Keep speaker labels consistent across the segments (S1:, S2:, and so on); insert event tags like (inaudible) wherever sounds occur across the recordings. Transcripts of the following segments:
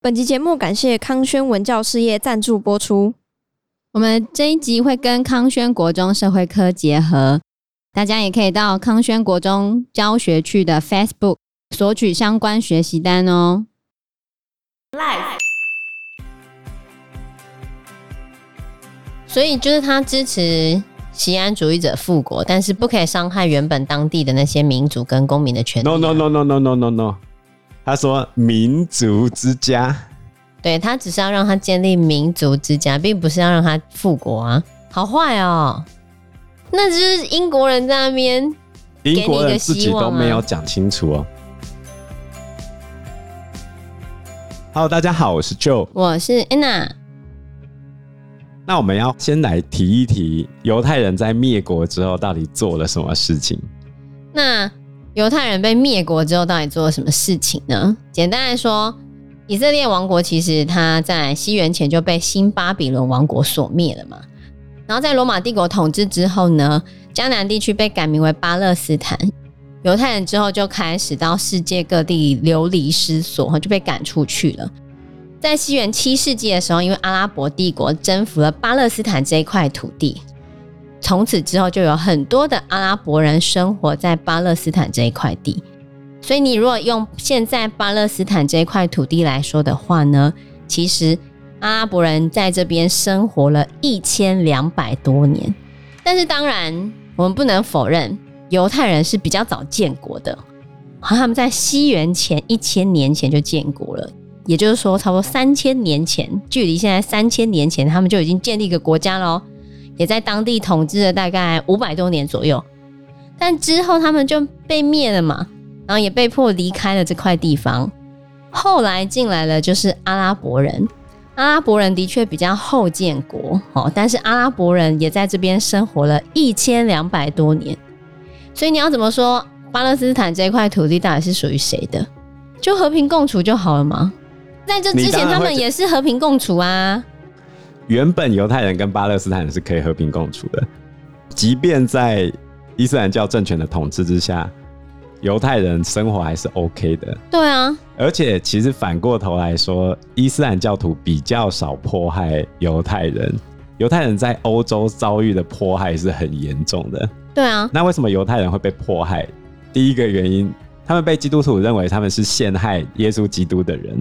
S1: 本集节目感谢康轩文教事业赞助播出。
S2: 我们这一集会跟康轩国中社会科结合，大家也可以到康轩国中教学区的 Facebook 索取相关学习单哦。
S3: 所以就是他支持西安主义者复国，但是不可以伤害原本当地的那些民族跟公民的权利啊。
S4: No no no no no no no no，他说民族之家，
S3: 对他只是要让他建立民族之家，并不是要让他复国啊，好坏哦。那就是英国人在那边，
S4: 英
S3: 给你
S4: 国
S3: 一
S4: 人
S3: 个
S4: 自
S3: 希
S4: 己都
S3: 望
S4: 没有
S3: 啊
S4: 讲清楚哦。Hello，大家好，我是 Joe。
S3: 我是 Anna，
S4: 那我们要先来提一提犹太人在灭国之后到底做了什么事情。
S3: 那犹太人被灭国之后，到底做了什么事情呢？简单来说，以色列王国其实它在西元前就被新巴比伦王国所灭了嘛。然后在罗马帝国统治之后呢，迦南地区被改名为巴勒斯坦。犹太人之后就开始到世界各地流离失所，就被赶出去了。在西元七世纪的时候，因为阿拉伯帝国征服了巴勒斯坦这一块土地，从此之后就有很多的阿拉伯人生活在巴勒斯坦这一块地。所以，你如果用现在巴勒斯坦这一块土地来说的话呢，其实阿拉伯人在这边生活了一千两百多年。但是，当然我们不能否认，犹太人是比较早建国的，好像他们在西元前一千年前就建国了。也就是说，差不多三千年前，距离现在三千年前，他们就已经建立一个国家喽。也在当地统治了大概五百多年左右。但之后他们就被灭了嘛，然后也被迫离开了这块地方。后来进来了就是阿拉伯人，阿拉伯人的确比较后建国哦，但是阿拉伯人也在这边生活了一千两百多年。所以你要怎么说巴勒斯坦这块土地到底是属于谁的？就和平共处就好了嘛。在这之
S4: 你当
S3: 前，
S4: 然
S3: 他
S4: 会
S3: 们
S4: 这
S3: 也是和平共处啊。
S4: 原本犹太人跟巴勒斯坦人是可以和平共处的，即便在伊斯兰教政权的统治之下，犹太人生活还是 OK 的。
S3: 对啊，
S4: 而且，其实反过头来说，伊斯兰教徒比较少迫害犹太人。犹太人在欧洲遭遇的迫害是很严重的。
S3: 对啊，
S4: 那为什么犹太人会被迫害？第一个原因，他们被基督徒认为他们是陷害耶稣基督的人。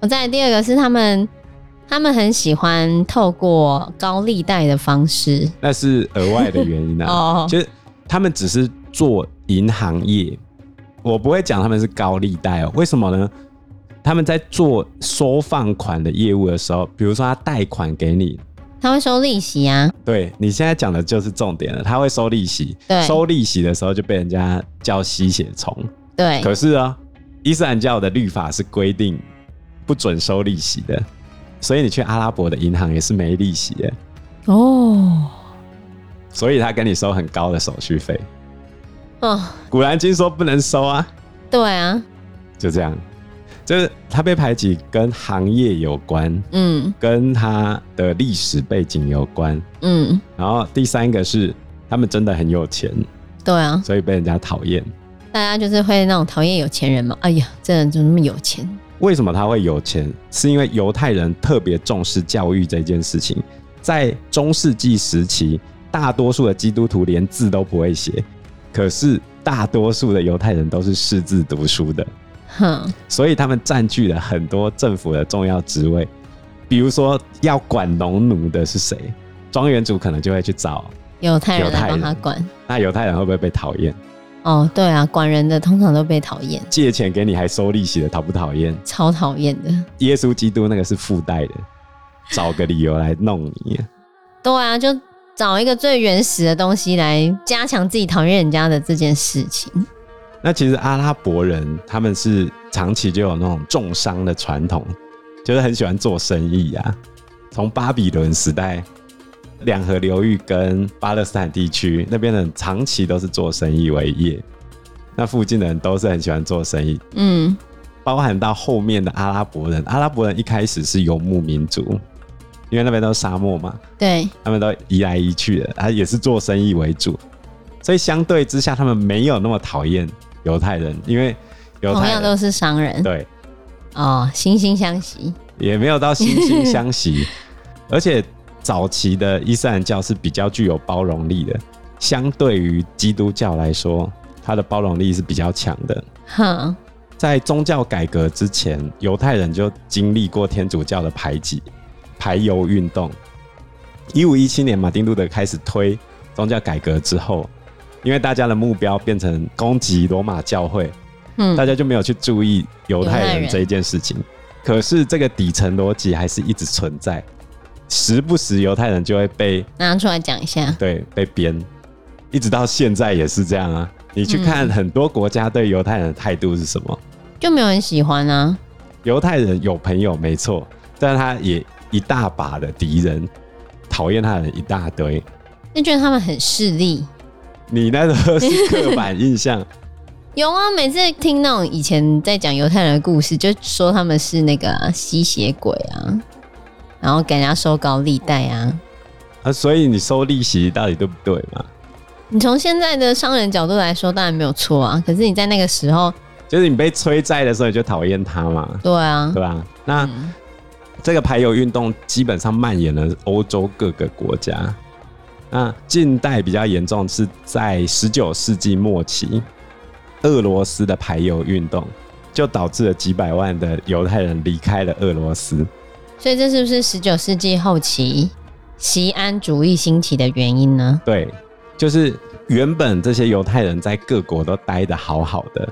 S3: 我再来第二个是他们，他们很喜欢透过高利贷的方式
S4: 那是额外的原因啊。
S3: 哦，
S4: 就是他们只是做银行业，我不会讲他们是高利贷哦。为什么呢？他们在做收放款的业务的时候，比如说他贷款给你，
S3: 他会收利息啊，
S4: 对你现在讲的就是重点了，他会收利息，
S3: 对
S4: 收利息的时候就被人家叫吸血虫。
S3: 对，
S4: 可是啊，伊斯兰教的律法是规定不准收利息的，所以你去阿拉伯的银行也是没利息的，
S3: 哦，
S4: 所以他跟你收很高的手续费。
S3: 哦，
S4: 古兰经说不能收啊，
S3: 对啊，
S4: 就这样，就是他被排挤跟行业有关，
S3: 嗯
S4: 跟他的历史背景有关，
S3: 嗯，
S4: 然后第三个是他们真的很有钱，
S3: 对啊，
S4: 所以被人家讨厌。
S3: 大家就是会那种讨厌有钱人嘛，哎呀，这人怎么那么有钱？
S4: 为什么他会有钱？是因为犹太人特别重视教育这件事情。在中世纪时期，大多数的基督徒连字都不会写，可是大多数的犹太人都是识字读书的，
S3: 哼，
S4: 所以他们占据了很多政府的重要职位，比如说要管农奴的是谁，庄园主可能就会去找。
S3: 犹太人
S4: 犹太
S3: 来
S4: 人
S3: 帮他管，
S4: 那犹太人会不会被讨厌？
S3: 哦，对啊，管人的通常都被讨厌，
S4: 借钱给你还收利息的，讨不讨厌？
S3: 超讨厌的。
S4: 耶稣基督那个是附带的，找个理由来弄你。
S3: 对啊，就找一个最原始的东西来加强自己讨厌人家的这件事情。
S4: 那其实阿拉伯人他们是长期就有那种重商的传统，就是很喜欢做生意啊。从巴比伦时代，两河流域跟巴勒斯坦地区那边的人长期都是做生意为业，那附近的人都是很喜欢做生意，
S3: 嗯，
S4: 包含到后面的阿拉伯人。阿拉伯人一开始是游牧民族，因为那边都是沙漠嘛，
S3: 对，
S4: 他们都移来移去的，他也是做生意为主，所以相对之下，他们没有那么讨厌犹太人，因为犹
S3: 同
S4: 太
S3: 样
S4: 人
S2: 都是商人，
S4: 对
S3: 哦，惺惺相惜，
S4: 也没有到惺惺
S3: (laughs)
S4: 相惜。而且早期的伊斯兰教是比较具有包容力的，相对于基督教来说，它的包容力是比较强的。
S3: 哼，
S4: 在宗教改革之前，犹太人就经历过天主教的排挤、排犹运动。一五一七年，马丁路德开始推宗教改革之后，因为大家的目标变成攻击罗马教会，
S3: 嗯
S4: 大家就没有去注意犹
S3: 犹太
S4: 太人
S3: 人
S4: 这一件事情。可是这个底层逻辑还是一直存在，时不时犹太人就会被
S3: 拿出来讲一下，
S4: 对被编，一直到现在也是这样啊。你去看很多国家对犹太人的态度是什么？
S3: 就没有人喜欢啊。
S4: 犹太人有朋友没错，但他也一大把的敌人，讨厌他的人一大堆。
S3: 就觉得他们很势利。
S4: 你那个是刻板印象， (laughs)
S3: 有啊，每次听那种以前在讲犹太人的故事，就说他们是那个啊吸血鬼啊，然后给人家收高利贷啊。
S4: 啊，所以你收利息到底对不对嘛？
S3: 你从现在的商人角度来说，当然没有错啊。可是你在那个时候，
S4: 就是你被催债的时候，你就讨厌他嘛，
S3: 对啊，
S4: 对吧？那、
S3: 嗯
S4: 这个排油运动基本上蔓延了欧洲各个国家。那近代比较严重是在十九世纪末期，俄罗斯的排油运动就导致了几百万的犹太人离开了俄罗斯。
S3: 所以这是不是十九世纪后期西安主义兴起的原因呢？
S4: 对，就是原本这些犹太人在各国都待得好好的，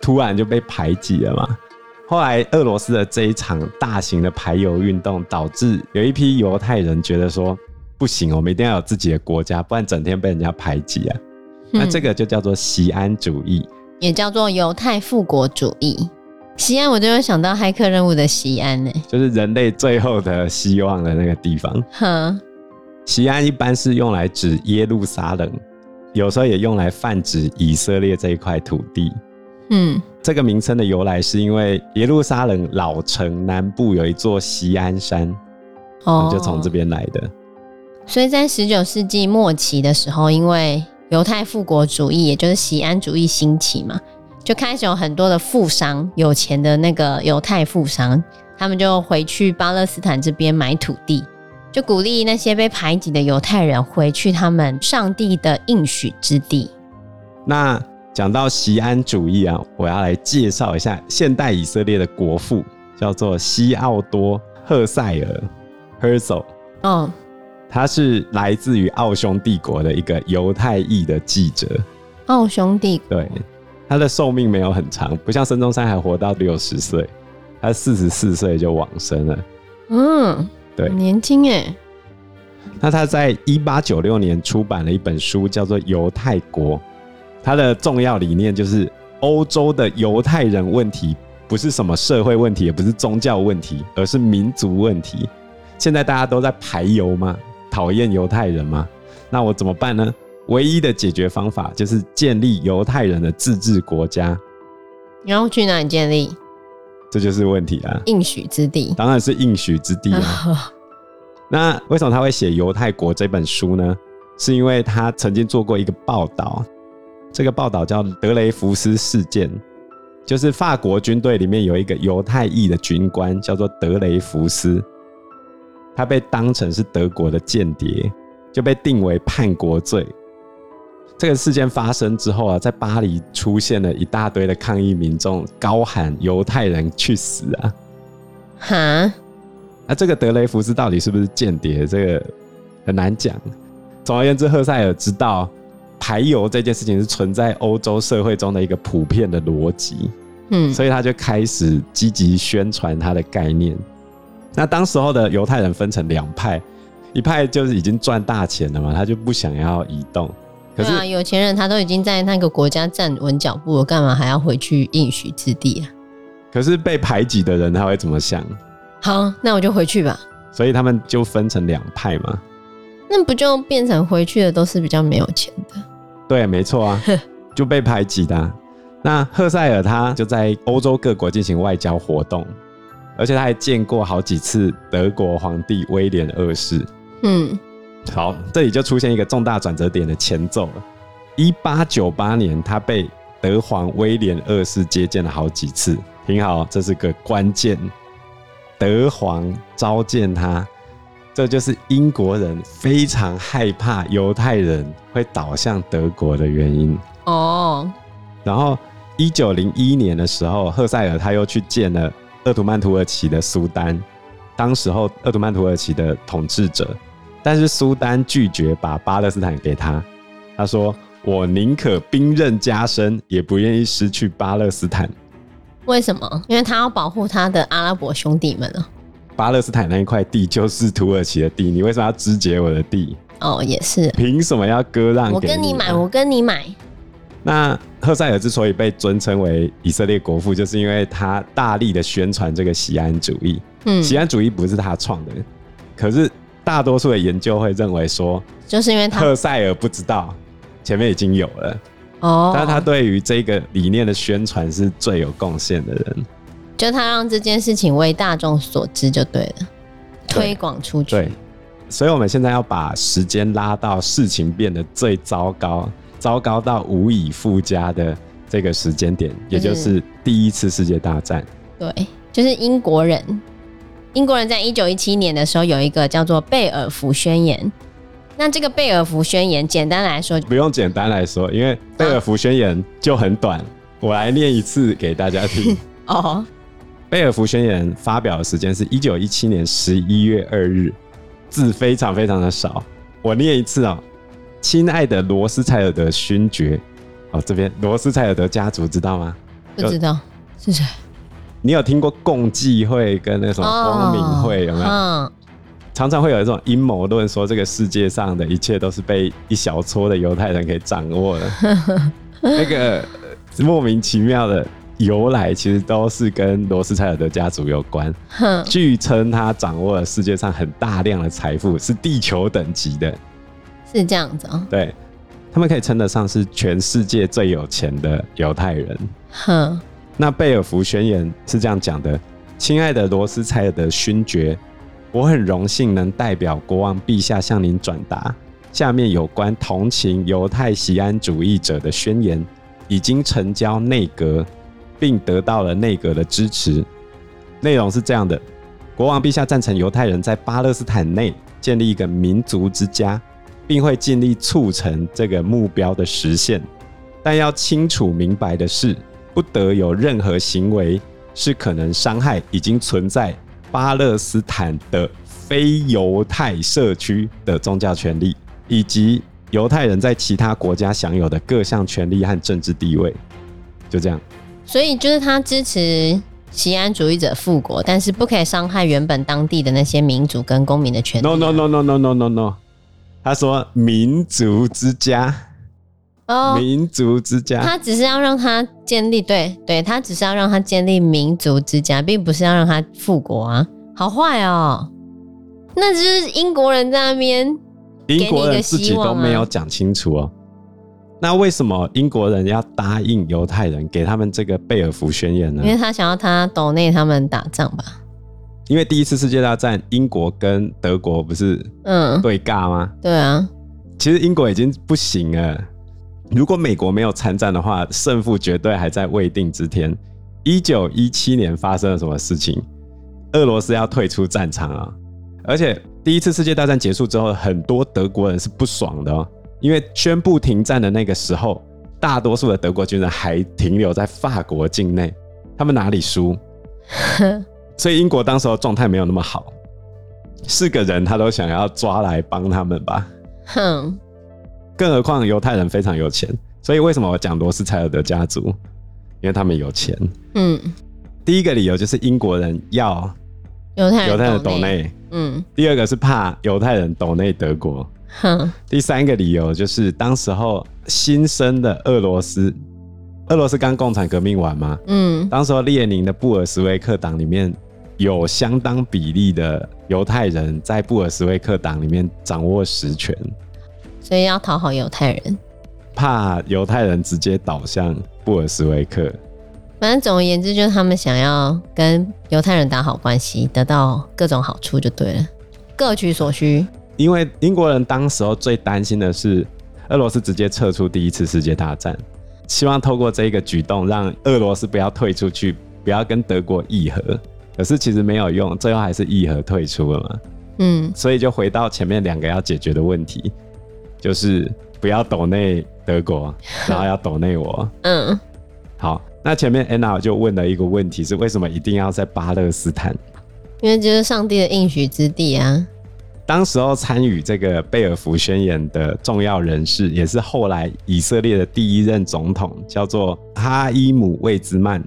S4: 突然就被排挤了嘛。后来俄罗斯的这一场大型的排犹运动，导致有一批犹太人觉得说，不行，我们一定要有自己的国家，不然整天被人家排挤啊。
S3: 嗯
S4: 那这个就叫做西安主义。
S3: 也叫做犹太复国主义。西安，我就会想到骇客任务的西安呢、
S4: 就是人类最后的希望的那个地方，
S3: 哼，
S4: 西安一般是用来指耶路撒冷，有时候也用来泛指以色列这一块土地。
S3: 嗯，
S4: 这个名称的由来是因为耶路撒冷老城南部有一座锡安山，
S3: 哦
S4: 就从这。边来的。
S3: 所以在十九世纪末期的时候，因为犹太复国主义，也就是西安主义兴起嘛，就开始有很多的富商，有钱的那个犹太富商，他们就回去巴勒斯坦这边买土地，就鼓励那些被排挤的犹太人回去他们上帝的应许之地。
S4: 那讲到锡安主义啊，我要来介绍一下现代以色列的国父，叫做西奥多·赫塞尔 （Herzl），
S3: 嗯，
S4: 他是来自于奥匈帝国的一个犹太裔的记者。
S3: 哦，兄弟，
S4: 对，他的寿命没有很长，不像孙中山还活到六十岁，他四十四岁就往生了。
S3: 嗯，
S4: 对
S3: 很年轻哎、
S4: 那他在一八九六年出版了一本书，叫做《犹太国》，他的重要理念就是欧洲的犹太人问题不是什么社会问题，也不是宗教问题，而是民族问题。现在大家都在排犹嘛，讨厌犹太人嘛，那我怎么办呢？唯一的解决方法就是建立犹太人的自治国家，
S3: 然后去哪里建立
S4: 这就是问题啊！
S3: 应许之地？
S4: 当然是应许之地啊。那为什么他会写《犹太国》这本书呢？是因为他曾经做过一个报道，这个报道叫德雷福斯事件，就是法国军队里面有一个犹太裔的军官叫做德雷福斯，他被当成是德国的间谍，就被定为叛国罪。这个事件发生之后啊，在巴黎出现了一大堆的抗议民众，高喊“犹太人去死啊！”
S3: (laughs) 哈，
S4: 那这个德雷福斯到底是不是间谍，这个很难讲。总而言之，赫塞尔知道排油这件事情是存在欧洲社会中的一个普遍的逻辑，
S3: 嗯，
S4: 所以他就开始积极宣传他的概念。那当时候的犹太人分成两派，一派就是已经赚大钱了嘛，他就不想要移动。可是
S3: 对啊，有钱人他都已经在那个国家站稳脚步了，干嘛还要回去应许之地啊？
S4: 可是被排挤的人他会怎么想？
S3: 好，那我就回去吧。
S4: 所以他们就分成两派嘛。
S3: 那不就变成回去的都是比较没有钱的？
S4: 对，没错啊，就被排挤的啊、那赫塞尔他就在欧洲各国进行外交活动，而且他还见过好几次德国皇帝威廉二世。
S3: 嗯，
S4: 好，这里就出现一个重大转折点的前奏了。一八九八年，他被德皇威廉二世接见了好几次，听好，哦这是个关键。德皇召见他，这就是英国人非常害怕犹太人会倒向德国的原因。
S3: 哦，
S4: 然后，一九零一年的时候，赫塞尔他又去见了鄂图曼土耳其的苏丹，当时候鄂图曼土耳其的统治者，但是苏丹拒绝把巴勒斯坦给他，他说：“我宁可兵刃加身，也不愿意失去巴勒斯坦。
S3: 为什么？因为他要保护他的阿拉伯兄弟们啊。
S4: 巴勒斯坦那一块地就是土耳其的地，你为什么要肢解我的地？
S3: 哦，也是，
S4: 凭什么要割让给
S3: 我跟你
S4: 你
S3: 买，
S4: 啊
S3: 我跟你买。
S4: 那赫塞尔之所以被尊称为以色列国父，就是因为他大力的宣传这个锡安主义。
S3: 嗯，
S4: 锡安主义不是他创的，可是大多数的研究会认为说，
S3: 就是因为他
S4: 赫塞尔不知道前面已经有了，
S3: 哦，
S4: 但是他对于这个理念的宣传是最有贡献的
S3: 嗯
S4: 人。
S3: 就他让这件事情为大众所知就对了，推广出去。
S4: 对，所以我们现在要把时间拉到事情变得最糟糕，糟糕到无以复加的这个时间
S3: 嗯
S4: 点，也就
S3: 就是
S4: 是第一次世界大战。
S3: 对，就是英国人。英国人在一九一七年的时候有一个叫做贝尔福宣言。那这个贝尔福宣言，简单来说，
S4: 不用简单来说，因为贝
S3: 啊
S4: 尔福宣言就很短，我来念一次给大家听。
S3: 哦，
S4: 贝尔福宣言发表的时间是一九一七年十一月二日，字非常非常的少，我念一次哦。亲爱的罗斯柴尔德勋爵，哦，这边罗斯柴尔德家族知道吗？
S3: 不知道是谁？
S4: 你有听过共济会跟那什么光明会有没有？
S3: 哦嗯，
S4: 常常会有一种阴谋论，说这个世界上的一切都是被一小撮的犹太人给掌握了。那个呃莫名其妙的由来，其实都是跟罗斯柴尔德家族有关。
S3: 哼，
S4: 据称他掌握了世界上很大量的财富，是地球等级的。
S3: 是这样子哦，
S4: 对，他们可以称得上是全世界最有钱的犹太人。
S3: 哼，
S4: 那贝尔福宣言是这样讲的：“亲爱的罗斯柴尔德勋爵，我很荣幸能代表国王陛下向您转达下面有关同情犹太锡安主义者的宣言，已经成交内阁，并得到了内阁的支持。内容是这样的：国王陛下赞成犹太人在巴勒斯坦内建立一个民族之家，并会尽力促成这个目标的实现。但要清楚明白的是，不得有任何行为是可能伤害已经存在巴勒斯坦的非犹太社区的宗教权利，以及犹太人在其他国家享有的各项权利和政治地位。就这样，
S3: 所以就是他支持锡安主义者复国，但是不可以伤害原本当地的那些民族跟公民的权利。
S4: No no no no no no no no。他说：“民族之家，
S3: 哦，
S4: 民族之家，
S3: 他只是要让他建立，对对，他只是要让他建立民族之家，并不是要让他复国啊，好坏哦。那就是英国人在那边，
S4: 英国人自
S3: 给你一个希
S4: 己
S3: 望啊
S4: 都没有讲清楚哦。那为什么英国人要答应犹太人给他们这个贝尔福宣言呢
S3: 因？为他想要他岛内他们打仗吧？
S4: 因为第一次世界大战，英国跟德国不是
S3: 嗯，
S4: 对尬吗？
S3: 对啊，
S4: 其实英国已经不行了。如果美国没有参战的话，胜负绝对还在未定之天。一九一七年发生了什么事情？俄罗斯要退出战场啊！而且第一次世界大战结束之后，很多德国人是不爽的哦，因为宣布停战的那个时候，大多数的德国军人还停留在法国境内，他们哪里输？所以英国当时候状态没有那么好，是个人他都想要抓来帮他们吧。
S3: 哼，
S4: 更何况犹太人非常有钱，所以为什么我讲罗斯柴尔德家族？因为他们有钱。
S3: 嗯，
S4: 第一个理由就是英国人要
S3: 犹太人
S4: 犹太人
S3: 岛
S4: 斗
S3: 内，
S4: 内，
S3: 嗯，
S4: 第二个是怕犹太人斗内德国，
S3: 哼，
S4: 第三个理由就是当时候新生的俄罗斯，俄罗斯刚共产革命完嘛，
S3: 嗯，
S4: 当时候列宁的布尔什维克党里面有相当比例的犹太人在布尔什维克党里面掌握实权，
S3: 所以要讨好犹太人。
S4: 怕犹太人直接倒向布尔什维克。
S3: 反正总而言之，就是他们想要跟犹太人打好关系，得到各种好处就对了，各取所需。
S4: 因为英国人当时候最担心的是俄罗斯直接撤出第一次世界大战，希望透过这一个举动让俄罗斯不要退出去不要跟德国议和。可是其实没有用，最后还是议和退出了嘛。
S3: 嗯，
S4: 所以就回到前面两个要解决的问题，就是不要抖内德国，然后要抖内我。
S3: 嗯，
S4: 好，那前面 Anna 就问了一个问题，是为什么一定要在巴勒斯坦？
S3: 因为这是上帝的应许之地啊。
S4: 当时候参与这个贝尔福宣言的重要人士，也是后来以色列的第一任总统，叫做哈伊姆·魏兹曼，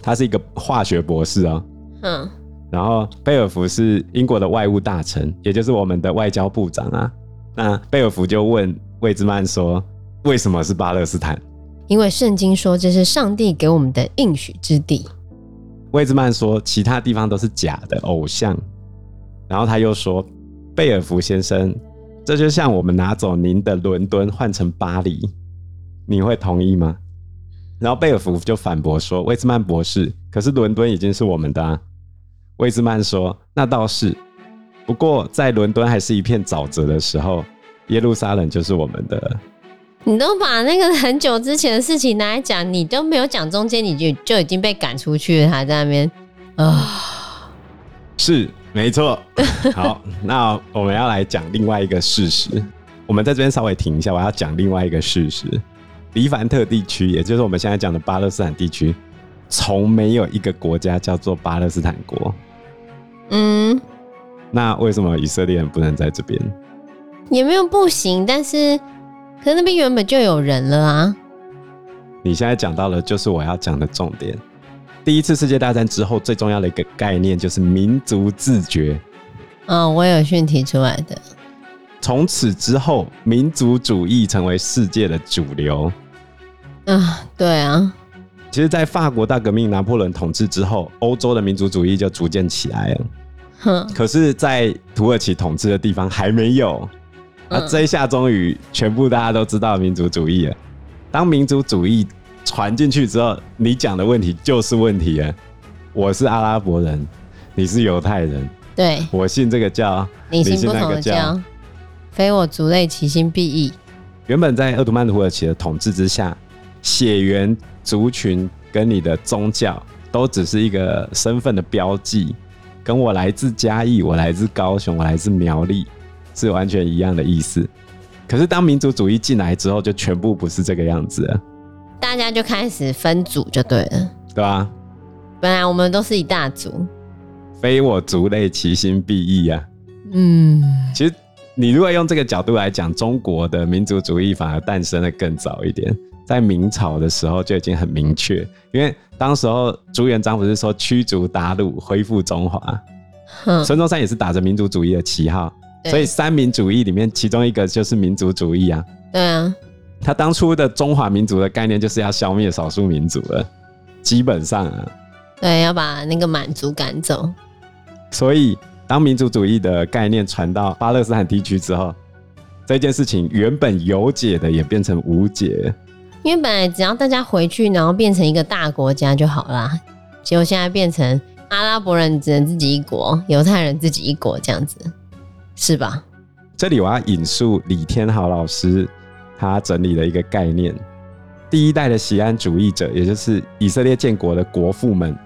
S4: 他是一个化学博士哦。
S3: 嗯
S4: 然后贝尔福是英国的外务大臣，也就是我们的外交部长啊。那贝尔福就问魏兹曼说：“为什么是巴勒斯坦？”
S3: 因为圣经说这是上帝给我们的应许之地。
S4: 魏兹曼说，其他地方都是假的偶像。然后他又说，贝尔福先生，这就像我们拿走您的伦敦换成巴黎，你会同意吗？然后贝尔福就反驳说，魏兹曼博士，可是伦敦已经是我们的、啊。魏兹曼说，那倒是，不过在伦敦还是一片沼泽的时候，耶路撒冷就是我们的了。
S3: 你都把那个很久之前的事情拿来讲，你都没有讲中间，你就就已经被赶出去了，还在那边啊、
S4: 是，没错。好，那我们要来讲另外一个事实。我们在这边稍微停一下，我要讲另外一个事实：黎凡特地区，也就是我们现在讲的巴勒斯坦地区，从没有一个国家叫做巴勒斯坦国。
S3: 嗯，
S4: 那为什么以色列人不能在这边？
S3: 也没有不行，但是可是那边原本就有人了啊。
S4: 你现在讲到了，就是我要讲的重点。第一次世界大战之后，最重要的一个概念就是民族自觉。
S3: 嗯、我有讯提出来的。
S4: 从此之后，民族主义成为世界的主流。
S3: 啊，对啊，
S4: 其实，在法国大革命、拿破仑统治之后，欧洲的民族主义就逐渐起来了。
S3: 哼，
S4: 可是，在土耳其统治的地方还没有。啊，
S3: 嗯
S4: 这一下终于全部大家都知道民族主义了。当民族主义传进去之后，你讲的问题就是问题了。我是阿拉伯人，你是犹太人，
S3: 对，
S4: 我信这个教，
S3: 你行不
S4: 那
S3: 同
S4: 个
S3: 的教，非我族类，其心必异。
S4: 原本在鄂图曼土耳其的统治之下，血缘、族群跟你的宗教都只是一个身份的标记，跟我来自嘉义，我来自高雄，我来自苗栗是完全一样的意思。可是当民族主义进来之后，就全部不是这个样子了，
S3: 大家就开始分组就对了。
S4: 对吧、
S3: 本来我们都是一大族，
S4: 非我族类，其心必异啊！
S3: 嗯，
S4: 其实你如果用这个角度来讲，中国的民族主义反而诞生的更早一点，在明朝的时候就已经很明确，因为当时候朱元璋不是说驱逐鞑虏，恢复中华，
S3: 哼，
S4: 孙中山也是打着民族主义的旗号，
S3: 对
S4: 所以三民主义里面其中一个就是民族主义啊。
S3: 对啊，
S4: 他当初的中华民族的概念就是要消灭少数民族了，基本上啊，
S3: 对，要把那个满族赶走。
S4: 所以，当民族主义的概念传到巴勒斯坦地区之后，这件事情原本有解的也变成无解。
S3: 因为本来只要大家回去，然后变成一个大国家就好啦。结果现在变成阿拉伯人只能自己一国，犹太人自己一国这样子，是吧？
S4: 这里我要引述李天豪老师他整理的一个概念：第一代的锡安主义者，也就是以色列建国的国父们，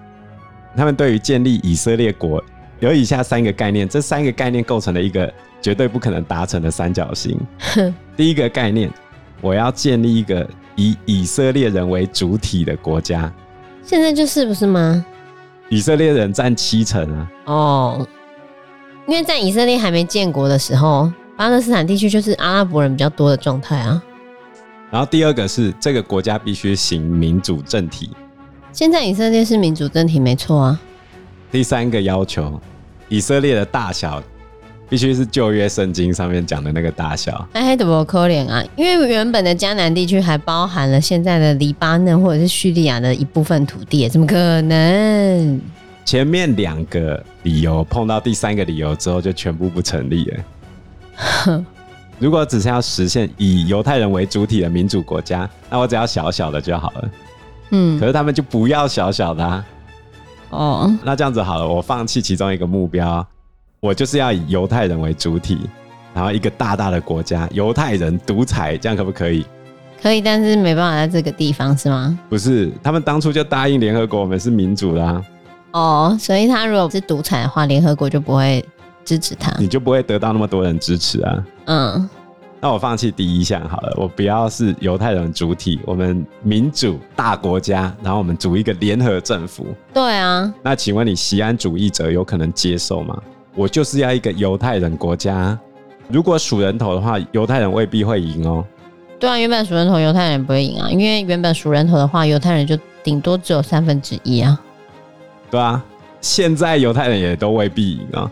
S4: 他们对于建立以色列国有以下三个概念，这三个概念构成了一个绝对不可能达成的三角形。第一个概念，我要建立一个以以色列人为主体的国家。
S3: 现在就是不是吗？
S4: 以色列人占七成啊，
S3: 哦，因为在以色列还没建国的时候，巴勒斯坦地区就是阿拉伯人比较多的状态啊。
S4: 然后第二个是这个国家必须行民主政体，
S3: 现在以色列是民主政体，没错啊。
S4: 第三个要求，以色列的大小必须是旧约圣经上面讲的那个大小，
S3: 哎，黑的不可怜啊，因为原本的迦南地区还包含了现在的黎巴嫩或者是叙利亚的一部分土地，怎么可能？
S4: 前面两个理由碰到第三个理由之后，就全部不成立了。如果只是要实现以犹太人为主体的民主国家，那我只要小小的就好了。
S2: 嗯
S4: 可，是他们就不要小小的、啊，
S2: 哦，
S4: 那这样子好了，我放弃其中一个目标，啊我就是要以犹太人为主体，然后一个大大的国家，犹太人独裁，这样可不可以？
S3: 可以，但是没办法在这个地方是吗？
S4: 不是，他们当初就答应联合国我们是民主啊啦、
S3: 哦，所以他如果是独裁的话，联合国就不会支持他。
S4: 你就不会得到那么多人支持啊。
S3: 嗯，
S4: 那我放弃第一项好了，我不要是犹太人主体，我们民主大国家，然后我们组一个联合政府。
S3: 对啊，
S4: 那请问你西安主义者有可能接受吗？我就是要一个犹太人国家。如果数人头的话，犹太人未必会赢哦。
S3: 对啊，原本数人头犹太人不会赢啊，因为原本数人头的话，犹太人就顶多只有三分之一啊。
S4: 对啊，现在犹太人也都未必赢啊。